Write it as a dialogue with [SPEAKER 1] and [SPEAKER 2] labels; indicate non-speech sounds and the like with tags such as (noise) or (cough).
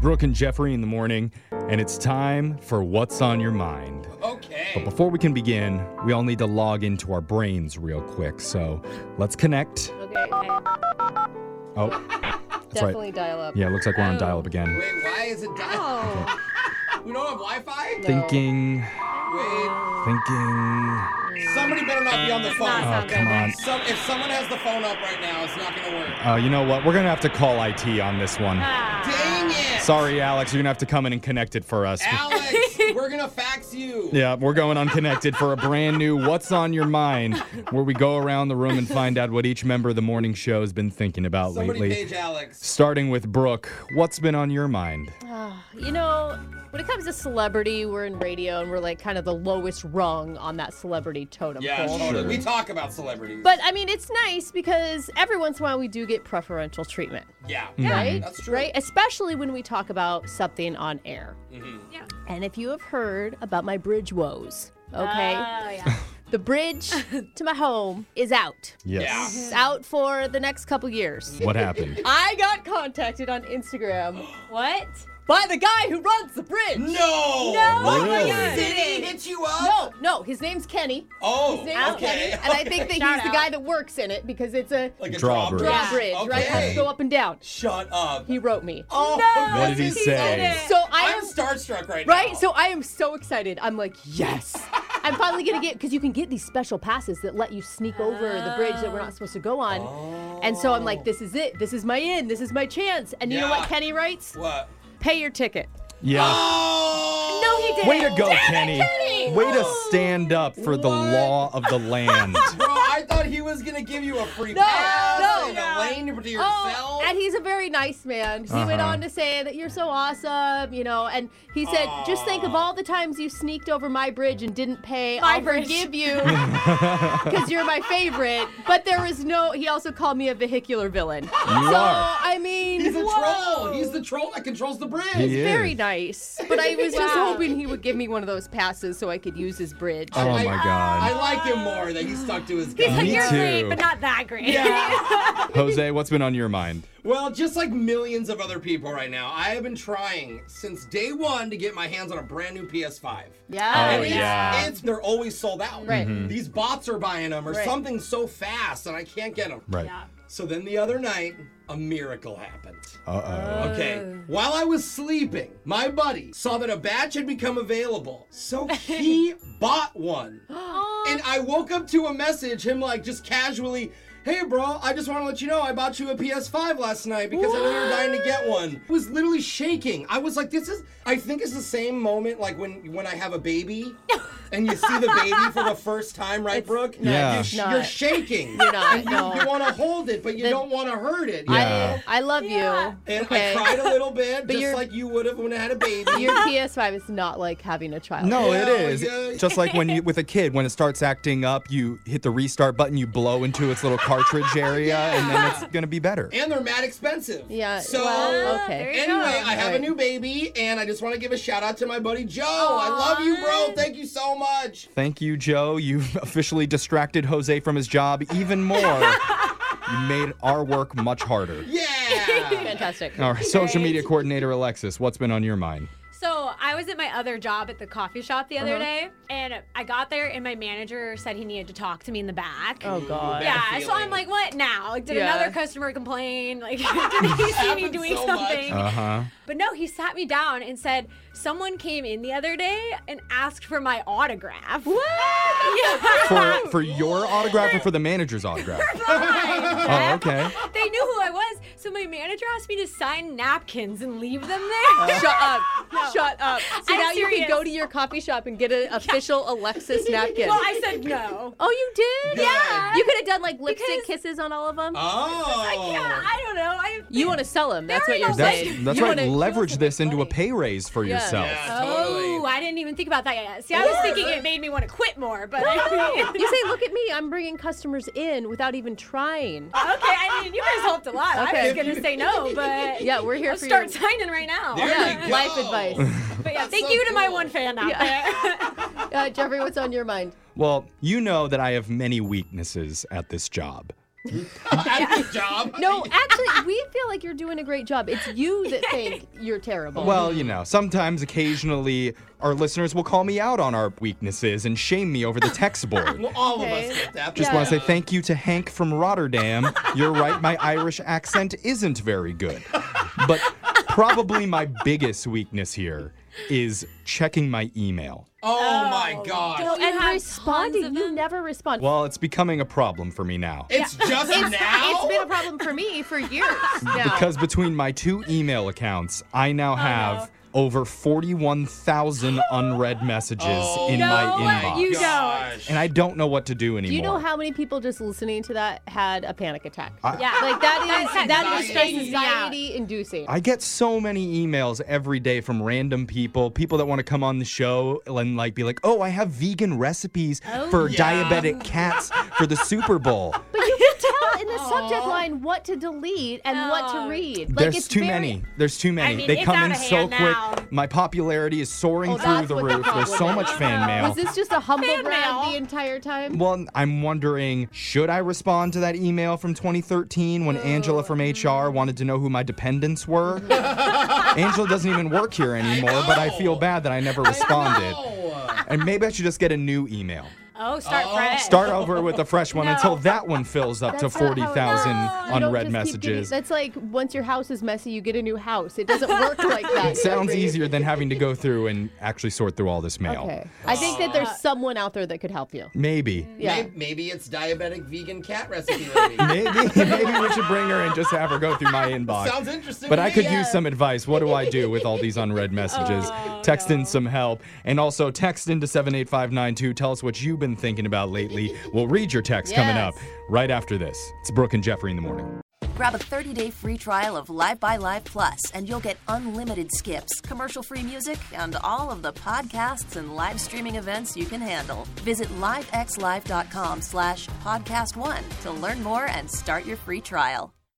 [SPEAKER 1] Brooke and Jeffrey in the morning, and it's time for What's on Your Mind. But
[SPEAKER 2] Okay.
[SPEAKER 1] before we can begin, we all need to log into our brains real quick. So let's connect.
[SPEAKER 3] Okay, I
[SPEAKER 1] Oh, that's
[SPEAKER 3] definitely
[SPEAKER 1] right.
[SPEAKER 3] dial up.
[SPEAKER 1] Yeah, it looks like we're on
[SPEAKER 3] Oh.
[SPEAKER 1] dial up again.
[SPEAKER 2] Wait, why is it dial?
[SPEAKER 3] Oh.
[SPEAKER 2] We don't have Wi-Fi.
[SPEAKER 1] Thinking,
[SPEAKER 2] Wait.
[SPEAKER 1] thinking.
[SPEAKER 2] Somebody better not be on the
[SPEAKER 3] not
[SPEAKER 1] Oh,
[SPEAKER 2] phone.
[SPEAKER 3] sound good.
[SPEAKER 1] come on.
[SPEAKER 2] Some, if someone has the phone up right now, it's not gonna work.
[SPEAKER 1] Uh, you know what? We're going to have to call IT on this one.
[SPEAKER 3] Ah.
[SPEAKER 2] Dang
[SPEAKER 3] (laughs)
[SPEAKER 2] it!
[SPEAKER 1] Sorry, Alex. You're going to have to come in and connect it for us.
[SPEAKER 2] Alex, we're gonna fax you.
[SPEAKER 1] Yeah, we're going unconnected for a brand new What's on Your Mind, where we go around the room and find out what each member of the morning show has been thinking about
[SPEAKER 2] Somebody
[SPEAKER 1] lately.
[SPEAKER 2] page Alex.
[SPEAKER 1] Starting with Brooke, what's been on your mind?
[SPEAKER 3] Ah, You know, when it comes to celebrity, we're in radio and we're like kind of the lowest rung on that celebrity totem
[SPEAKER 2] Yeah,
[SPEAKER 3] pole.
[SPEAKER 2] totally. We talk about celebrities.
[SPEAKER 3] But I mean, it's nice because every once in a while we do get preferential treatment,
[SPEAKER 2] yeah.
[SPEAKER 1] Hmm.
[SPEAKER 3] right?
[SPEAKER 2] That's true.
[SPEAKER 3] Right? Especially when we talk about something on air.
[SPEAKER 4] Yeah.
[SPEAKER 3] And if you have heard about my bridge woes, okay?
[SPEAKER 1] Ah.
[SPEAKER 4] Oh, yeah.
[SPEAKER 1] (laughs)
[SPEAKER 3] the bridge to my home is out.
[SPEAKER 1] Yes.
[SPEAKER 3] It's out for the next couple years.
[SPEAKER 1] What
[SPEAKER 2] (laughs)
[SPEAKER 1] happened?
[SPEAKER 3] I got contacted on Instagram (gasps)
[SPEAKER 4] what?
[SPEAKER 3] by the guy who runs the bridge.
[SPEAKER 2] No.
[SPEAKER 4] Oh
[SPEAKER 3] No,
[SPEAKER 1] Really?
[SPEAKER 3] I'm
[SPEAKER 2] Did he
[SPEAKER 3] kidding.
[SPEAKER 2] hit you up?
[SPEAKER 3] No, no, his name's Kenny.
[SPEAKER 2] Oh.
[SPEAKER 3] His name's Kenny,
[SPEAKER 2] okay.
[SPEAKER 3] and I think that he's
[SPEAKER 4] (laughs) Shout
[SPEAKER 3] the
[SPEAKER 4] out.
[SPEAKER 3] guy that works in it because it's a
[SPEAKER 2] (laughs) Like a
[SPEAKER 1] Drawbridge.
[SPEAKER 2] drawbridge.
[SPEAKER 3] drawbridge, right? Has
[SPEAKER 2] Okay.
[SPEAKER 3] to go up and down.
[SPEAKER 2] Shut up.
[SPEAKER 3] He wrote me.
[SPEAKER 2] oh. (laughs)
[SPEAKER 1] What did he
[SPEAKER 2] that's-
[SPEAKER 1] say?
[SPEAKER 3] So I
[SPEAKER 2] I'm
[SPEAKER 3] am
[SPEAKER 2] starstruck right, now.
[SPEAKER 3] right. So I am so excited. I'm like,
[SPEAKER 2] (laughs)
[SPEAKER 3] yes. I'm finally gonna get because you can get these special passes that let you sneak over the bridge that we're not supposed to go on. And so I'm like, this is it. This is my in. This is my chance. And you know
[SPEAKER 2] Oh. Yeah.
[SPEAKER 3] what Kenny writes?
[SPEAKER 2] What?
[SPEAKER 3] Pay your ticket.
[SPEAKER 1] Yeah.
[SPEAKER 2] Oh.
[SPEAKER 3] No, he didn't.
[SPEAKER 1] Way to go,
[SPEAKER 3] Damn
[SPEAKER 1] Kenny.
[SPEAKER 3] It, Kenny.
[SPEAKER 1] Way to stand up for the
[SPEAKER 2] What?
[SPEAKER 1] law of the land.
[SPEAKER 2] Bro, I thought he was gonna give you a free
[SPEAKER 3] (laughs) No,
[SPEAKER 2] pass
[SPEAKER 3] no.
[SPEAKER 2] and a lane to yourself.
[SPEAKER 3] Oh, and he's a very nice man. He went
[SPEAKER 1] Uh-huh.
[SPEAKER 3] on to say that you're so awesome, you know, and he said, just think of all the times you sneaked over my bridge and didn't pay.
[SPEAKER 4] My
[SPEAKER 3] I'll
[SPEAKER 4] bridge.
[SPEAKER 1] (laughs)
[SPEAKER 3] forgive you because you're my favorite. But there was no, he also called me a
[SPEAKER 2] (laughs)
[SPEAKER 3] vehicular villain.
[SPEAKER 1] You
[SPEAKER 3] so,
[SPEAKER 1] are.
[SPEAKER 3] I mean,
[SPEAKER 2] He's a
[SPEAKER 3] whoa.
[SPEAKER 2] troll. He's the troll that controls the bridge.
[SPEAKER 1] He is.
[SPEAKER 3] Very nice. But I was just
[SPEAKER 4] Wow.
[SPEAKER 3] hoping he would give me one of those passes so I could use his bridge.
[SPEAKER 1] Oh
[SPEAKER 2] I-
[SPEAKER 1] my
[SPEAKER 2] I
[SPEAKER 1] God.
[SPEAKER 2] like him more that he stuck to his
[SPEAKER 4] He's
[SPEAKER 2] guns.
[SPEAKER 4] like,
[SPEAKER 1] Me
[SPEAKER 4] you're
[SPEAKER 1] too.
[SPEAKER 4] great, but not that great.
[SPEAKER 2] (laughs)
[SPEAKER 4] (laughs)
[SPEAKER 2] yeah.
[SPEAKER 3] (laughs)
[SPEAKER 1] Jose, what's been on your mind?
[SPEAKER 2] Well, just like millions of other people right now, I have been trying since day one to get my hands on a brand new PS5.
[SPEAKER 3] Yeah.
[SPEAKER 1] Oh,
[SPEAKER 2] it's,
[SPEAKER 1] yeah.
[SPEAKER 2] it's they're always sold out.
[SPEAKER 3] Right.
[SPEAKER 1] Mm-hmm.
[SPEAKER 3] Mhm.
[SPEAKER 2] These bots are buying them or
[SPEAKER 3] Right.
[SPEAKER 2] something so fast, and I can't get them.
[SPEAKER 1] Right.
[SPEAKER 4] Yeah.
[SPEAKER 2] So then the other night, a miracle happened.
[SPEAKER 1] Uh
[SPEAKER 3] Oh.
[SPEAKER 2] Okay. While I was sleeping, my buddy saw that a batch had become available. So
[SPEAKER 3] (laughs)
[SPEAKER 2] he bought
[SPEAKER 3] (gasps)
[SPEAKER 2] one. And I woke up to a message, him like just casually, hey bro, I just want to let you know I bought you a PS5 last night because I know you're dying to get one. I was literally shaking. I was like, this is I think it's the same moment like when when I have a
[SPEAKER 3] (laughs)
[SPEAKER 2] baby. And you see the baby for the first time, right, Brooke?
[SPEAKER 1] Yeah.
[SPEAKER 2] You're,
[SPEAKER 1] it's
[SPEAKER 3] not.
[SPEAKER 2] you're shaking.
[SPEAKER 3] You're not,
[SPEAKER 2] And you,
[SPEAKER 3] no.
[SPEAKER 2] you want to hold it, but you
[SPEAKER 3] The-
[SPEAKER 2] don't want to hurt it.
[SPEAKER 1] Yeah.
[SPEAKER 3] I, I love
[SPEAKER 4] Yeah.
[SPEAKER 3] you.
[SPEAKER 2] And
[SPEAKER 3] okay.
[SPEAKER 2] I cried a little
[SPEAKER 3] (laughs)
[SPEAKER 2] bit, just
[SPEAKER 3] you're-
[SPEAKER 2] like you would have when I had a
[SPEAKER 3] (laughs)
[SPEAKER 2] baby.
[SPEAKER 3] Your PS5 is not like having a child.
[SPEAKER 1] No, it
[SPEAKER 2] Yeah,
[SPEAKER 1] is.
[SPEAKER 2] yeah.
[SPEAKER 1] Just like when you with a kid, when it starts acting up, you hit the restart button, you blow into its little cartridge area, and then it's gonna be better.
[SPEAKER 2] and they're mad expensive.
[SPEAKER 3] Yeah.
[SPEAKER 2] So
[SPEAKER 3] well, okay.
[SPEAKER 4] Ah, there you
[SPEAKER 2] anyway,
[SPEAKER 4] go.
[SPEAKER 2] I have a
[SPEAKER 3] Right.
[SPEAKER 2] new baby, and I just want to give a shout out to my buddy Joe. I love you, bro. Thank you so much.
[SPEAKER 3] (laughs)
[SPEAKER 1] Thank you, Joe. You've (laughs) officially distracted Jose from his job even
[SPEAKER 3] (laughs)
[SPEAKER 1] more. you made our work much harder.
[SPEAKER 2] Yeah.
[SPEAKER 3] Fantastic.
[SPEAKER 1] All right, social media coordinator Alexis, what's been on your mind?
[SPEAKER 4] So I was at my other job at the coffee shop the other
[SPEAKER 3] Uh-huh.
[SPEAKER 4] day, and I got there, and my manager said he needed to talk to me in the back.
[SPEAKER 3] Oh God.
[SPEAKER 4] Yeah,
[SPEAKER 2] Bad
[SPEAKER 4] so
[SPEAKER 2] feeling.
[SPEAKER 4] I'm like, what now? Like, did
[SPEAKER 3] Yeah.
[SPEAKER 4] another customer complain? Like, (laughs) did he see me
[SPEAKER 2] Happens
[SPEAKER 4] doing
[SPEAKER 2] so much.
[SPEAKER 4] something?
[SPEAKER 1] Uh
[SPEAKER 3] (laughs)
[SPEAKER 1] huh.
[SPEAKER 4] But no, he sat me down and said, someone came in the other day and asked for my autograph. What? (laughs) Yeah.
[SPEAKER 1] For for your autograph or for the manager's
[SPEAKER 3] (laughs)
[SPEAKER 1] autograph? Oh, okay.
[SPEAKER 4] They knew who I was, so my manager asked me to sign napkins and leave them
[SPEAKER 3] (laughs)
[SPEAKER 4] there.
[SPEAKER 3] Shut up. Shut up. So
[SPEAKER 4] I'm
[SPEAKER 3] now you can
[SPEAKER 4] serious.
[SPEAKER 3] go to your coffee shop and get an official Alexis napkin.
[SPEAKER 4] (laughs) well, I said no.
[SPEAKER 3] oh, you did?
[SPEAKER 2] Good. Yeah.
[SPEAKER 3] You could have done like lipstick
[SPEAKER 4] Because-
[SPEAKER 3] kisses on all of them.
[SPEAKER 4] Like,
[SPEAKER 2] Oh.
[SPEAKER 4] yeah, I don't know. I
[SPEAKER 3] you want to sell them. That's
[SPEAKER 4] There
[SPEAKER 3] what
[SPEAKER 4] you
[SPEAKER 3] you're
[SPEAKER 4] go.
[SPEAKER 1] That's
[SPEAKER 3] saying.
[SPEAKER 1] that's
[SPEAKER 3] you
[SPEAKER 1] right.
[SPEAKER 3] wanna-
[SPEAKER 1] Leverage
[SPEAKER 4] make
[SPEAKER 1] this into a
[SPEAKER 4] money.
[SPEAKER 1] pay raise for
[SPEAKER 3] Yeah.
[SPEAKER 1] yourself.
[SPEAKER 2] Yeah, totally.
[SPEAKER 4] Oh, I didn't even think about that yet. See, I was
[SPEAKER 2] Or-
[SPEAKER 4] thinking it made me want to quit more, but I
[SPEAKER 3] (laughs) you say, look at me. I'm bringing customers in without even trying.
[SPEAKER 4] okay. I mean, you guys helped a lot. I
[SPEAKER 3] Okay.
[SPEAKER 4] was gonna say no,
[SPEAKER 3] (laughs)
[SPEAKER 4] but
[SPEAKER 3] Yeah, we're here
[SPEAKER 4] I'll
[SPEAKER 3] for
[SPEAKER 4] start
[SPEAKER 3] your-
[SPEAKER 4] signing right now.
[SPEAKER 2] There
[SPEAKER 3] Yeah,
[SPEAKER 2] you go.
[SPEAKER 3] life
[SPEAKER 2] (laughs)
[SPEAKER 3] advice.
[SPEAKER 4] But yeah,
[SPEAKER 2] That's
[SPEAKER 4] thank
[SPEAKER 2] so
[SPEAKER 4] you to my
[SPEAKER 2] cool.
[SPEAKER 4] one fan out there. (laughs)
[SPEAKER 3] Uh, Jeffrey, what's on your mind?
[SPEAKER 1] Well, you know that I have many weaknesses at this job.
[SPEAKER 2] at the job.
[SPEAKER 3] No, actually, we feel like you're doing a great job. It's you
[SPEAKER 4] (laughs)
[SPEAKER 3] that think you're terrible.
[SPEAKER 1] Well, you know, sometimes occasionally our listeners will call me out on our weaknesses and shame me over the text
[SPEAKER 3] (laughs)
[SPEAKER 1] board.
[SPEAKER 2] Well, all of
[SPEAKER 3] Okay.
[SPEAKER 2] us get that.
[SPEAKER 1] Just
[SPEAKER 3] Yeah.
[SPEAKER 1] want to say thank you to Hank from Rotterdam. You're right, my Irish accent isn't very good. But probably my biggest weakness here is checking my email.
[SPEAKER 2] Oh my gosh.
[SPEAKER 4] don't- You
[SPEAKER 3] and
[SPEAKER 4] have
[SPEAKER 3] responding,
[SPEAKER 4] tons of
[SPEAKER 3] you
[SPEAKER 4] them?
[SPEAKER 3] never respond.
[SPEAKER 1] Well, it's becoming a problem for me now.
[SPEAKER 2] It's just now?
[SPEAKER 3] it's been a problem for me
[SPEAKER 4] (laughs)
[SPEAKER 3] for years now.
[SPEAKER 1] Because between my two email accounts, I now have over 41,000 unread messages
[SPEAKER 2] Oh.
[SPEAKER 1] in
[SPEAKER 4] no,
[SPEAKER 1] my inbox.
[SPEAKER 4] you don't.
[SPEAKER 2] Gosh.
[SPEAKER 1] And I don't know what to do anymore.
[SPEAKER 3] Do you know how many people just listening to that had a panic attack?
[SPEAKER 4] Yeah.
[SPEAKER 3] like that is that is
[SPEAKER 4] Anxiety.
[SPEAKER 3] anxiety inducing.
[SPEAKER 1] I get so many emails every day from random people, people that want to come on the show and like be like, "Oh, I have vegan recipes for
[SPEAKER 2] yeah.
[SPEAKER 1] diabetic cats for the Super Bowl."
[SPEAKER 3] Oh, (laughs) But you can tell in the subject line what to delete and what to
[SPEAKER 4] No.
[SPEAKER 3] read. Like
[SPEAKER 1] There's
[SPEAKER 3] it's
[SPEAKER 1] too
[SPEAKER 3] very-
[SPEAKER 1] many. There's too many.
[SPEAKER 4] mean,
[SPEAKER 1] they
[SPEAKER 4] it's
[SPEAKER 1] come
[SPEAKER 4] out
[SPEAKER 1] in
[SPEAKER 4] of
[SPEAKER 1] so
[SPEAKER 4] hand
[SPEAKER 1] quick.
[SPEAKER 4] now.
[SPEAKER 1] My popularity is soaring
[SPEAKER 3] Oh,
[SPEAKER 1] through
[SPEAKER 3] that's
[SPEAKER 1] the
[SPEAKER 3] what the
[SPEAKER 1] roof. There's so
[SPEAKER 3] problem
[SPEAKER 1] much
[SPEAKER 3] Oh, is.
[SPEAKER 1] fan mail.
[SPEAKER 3] Was this just a humble
[SPEAKER 4] Fan
[SPEAKER 3] brag
[SPEAKER 4] mail.
[SPEAKER 3] the entire time?
[SPEAKER 1] Well, I'm wondering, should I respond to that email from 2013 when Angela from HR wanted to know who my dependents were?
[SPEAKER 3] (laughs)
[SPEAKER 1] Angela doesn't even work here anymore, but I feel
[SPEAKER 2] know.
[SPEAKER 1] bad that I never responded.
[SPEAKER 2] Oh.
[SPEAKER 1] And maybe I should just get a new email.
[SPEAKER 4] Oh, start fresh.
[SPEAKER 1] Start over with a fresh one
[SPEAKER 4] No.
[SPEAKER 1] until that one fills up to
[SPEAKER 3] That's not how it
[SPEAKER 1] 40,000
[SPEAKER 3] works. You don't
[SPEAKER 1] unread
[SPEAKER 3] just keep getting-
[SPEAKER 1] messages.
[SPEAKER 3] that's like once your house is messy, you get a new house. It doesn't work
[SPEAKER 4] (laughs)
[SPEAKER 3] like that.
[SPEAKER 1] It sounds easier than having to go through and actually sort through all this mail.
[SPEAKER 3] Okay. I think that
[SPEAKER 4] Uh,
[SPEAKER 3] there's someone out there that could help you.
[SPEAKER 1] Maybe.
[SPEAKER 3] Yeah.
[SPEAKER 2] Maybe, maybe it's diabetic vegan cat recipe.
[SPEAKER 1] (laughs)
[SPEAKER 2] lady.
[SPEAKER 1] Maybe maybe we should bring her and just have her go through my inbox.
[SPEAKER 2] Sounds interesting.
[SPEAKER 1] But
[SPEAKER 2] to
[SPEAKER 1] I
[SPEAKER 2] me.
[SPEAKER 1] could use some advice. What do I do with all these
[SPEAKER 3] (laughs) Oh,
[SPEAKER 1] unread messages? text in some help. And also text into 78592. Tell us what you've been thinking about lately. We'll read your text coming up
[SPEAKER 3] Yes.
[SPEAKER 1] right after this. It's Brooke and Jeffrey in the morning.
[SPEAKER 5] Grab a 30-day free trial of Live by Live Plus, and you'll get unlimited skips, commercial-free music, and all of the podcasts and live streaming events you can handle. Visit livexlive.com slash podcast one to learn more and start your free trial.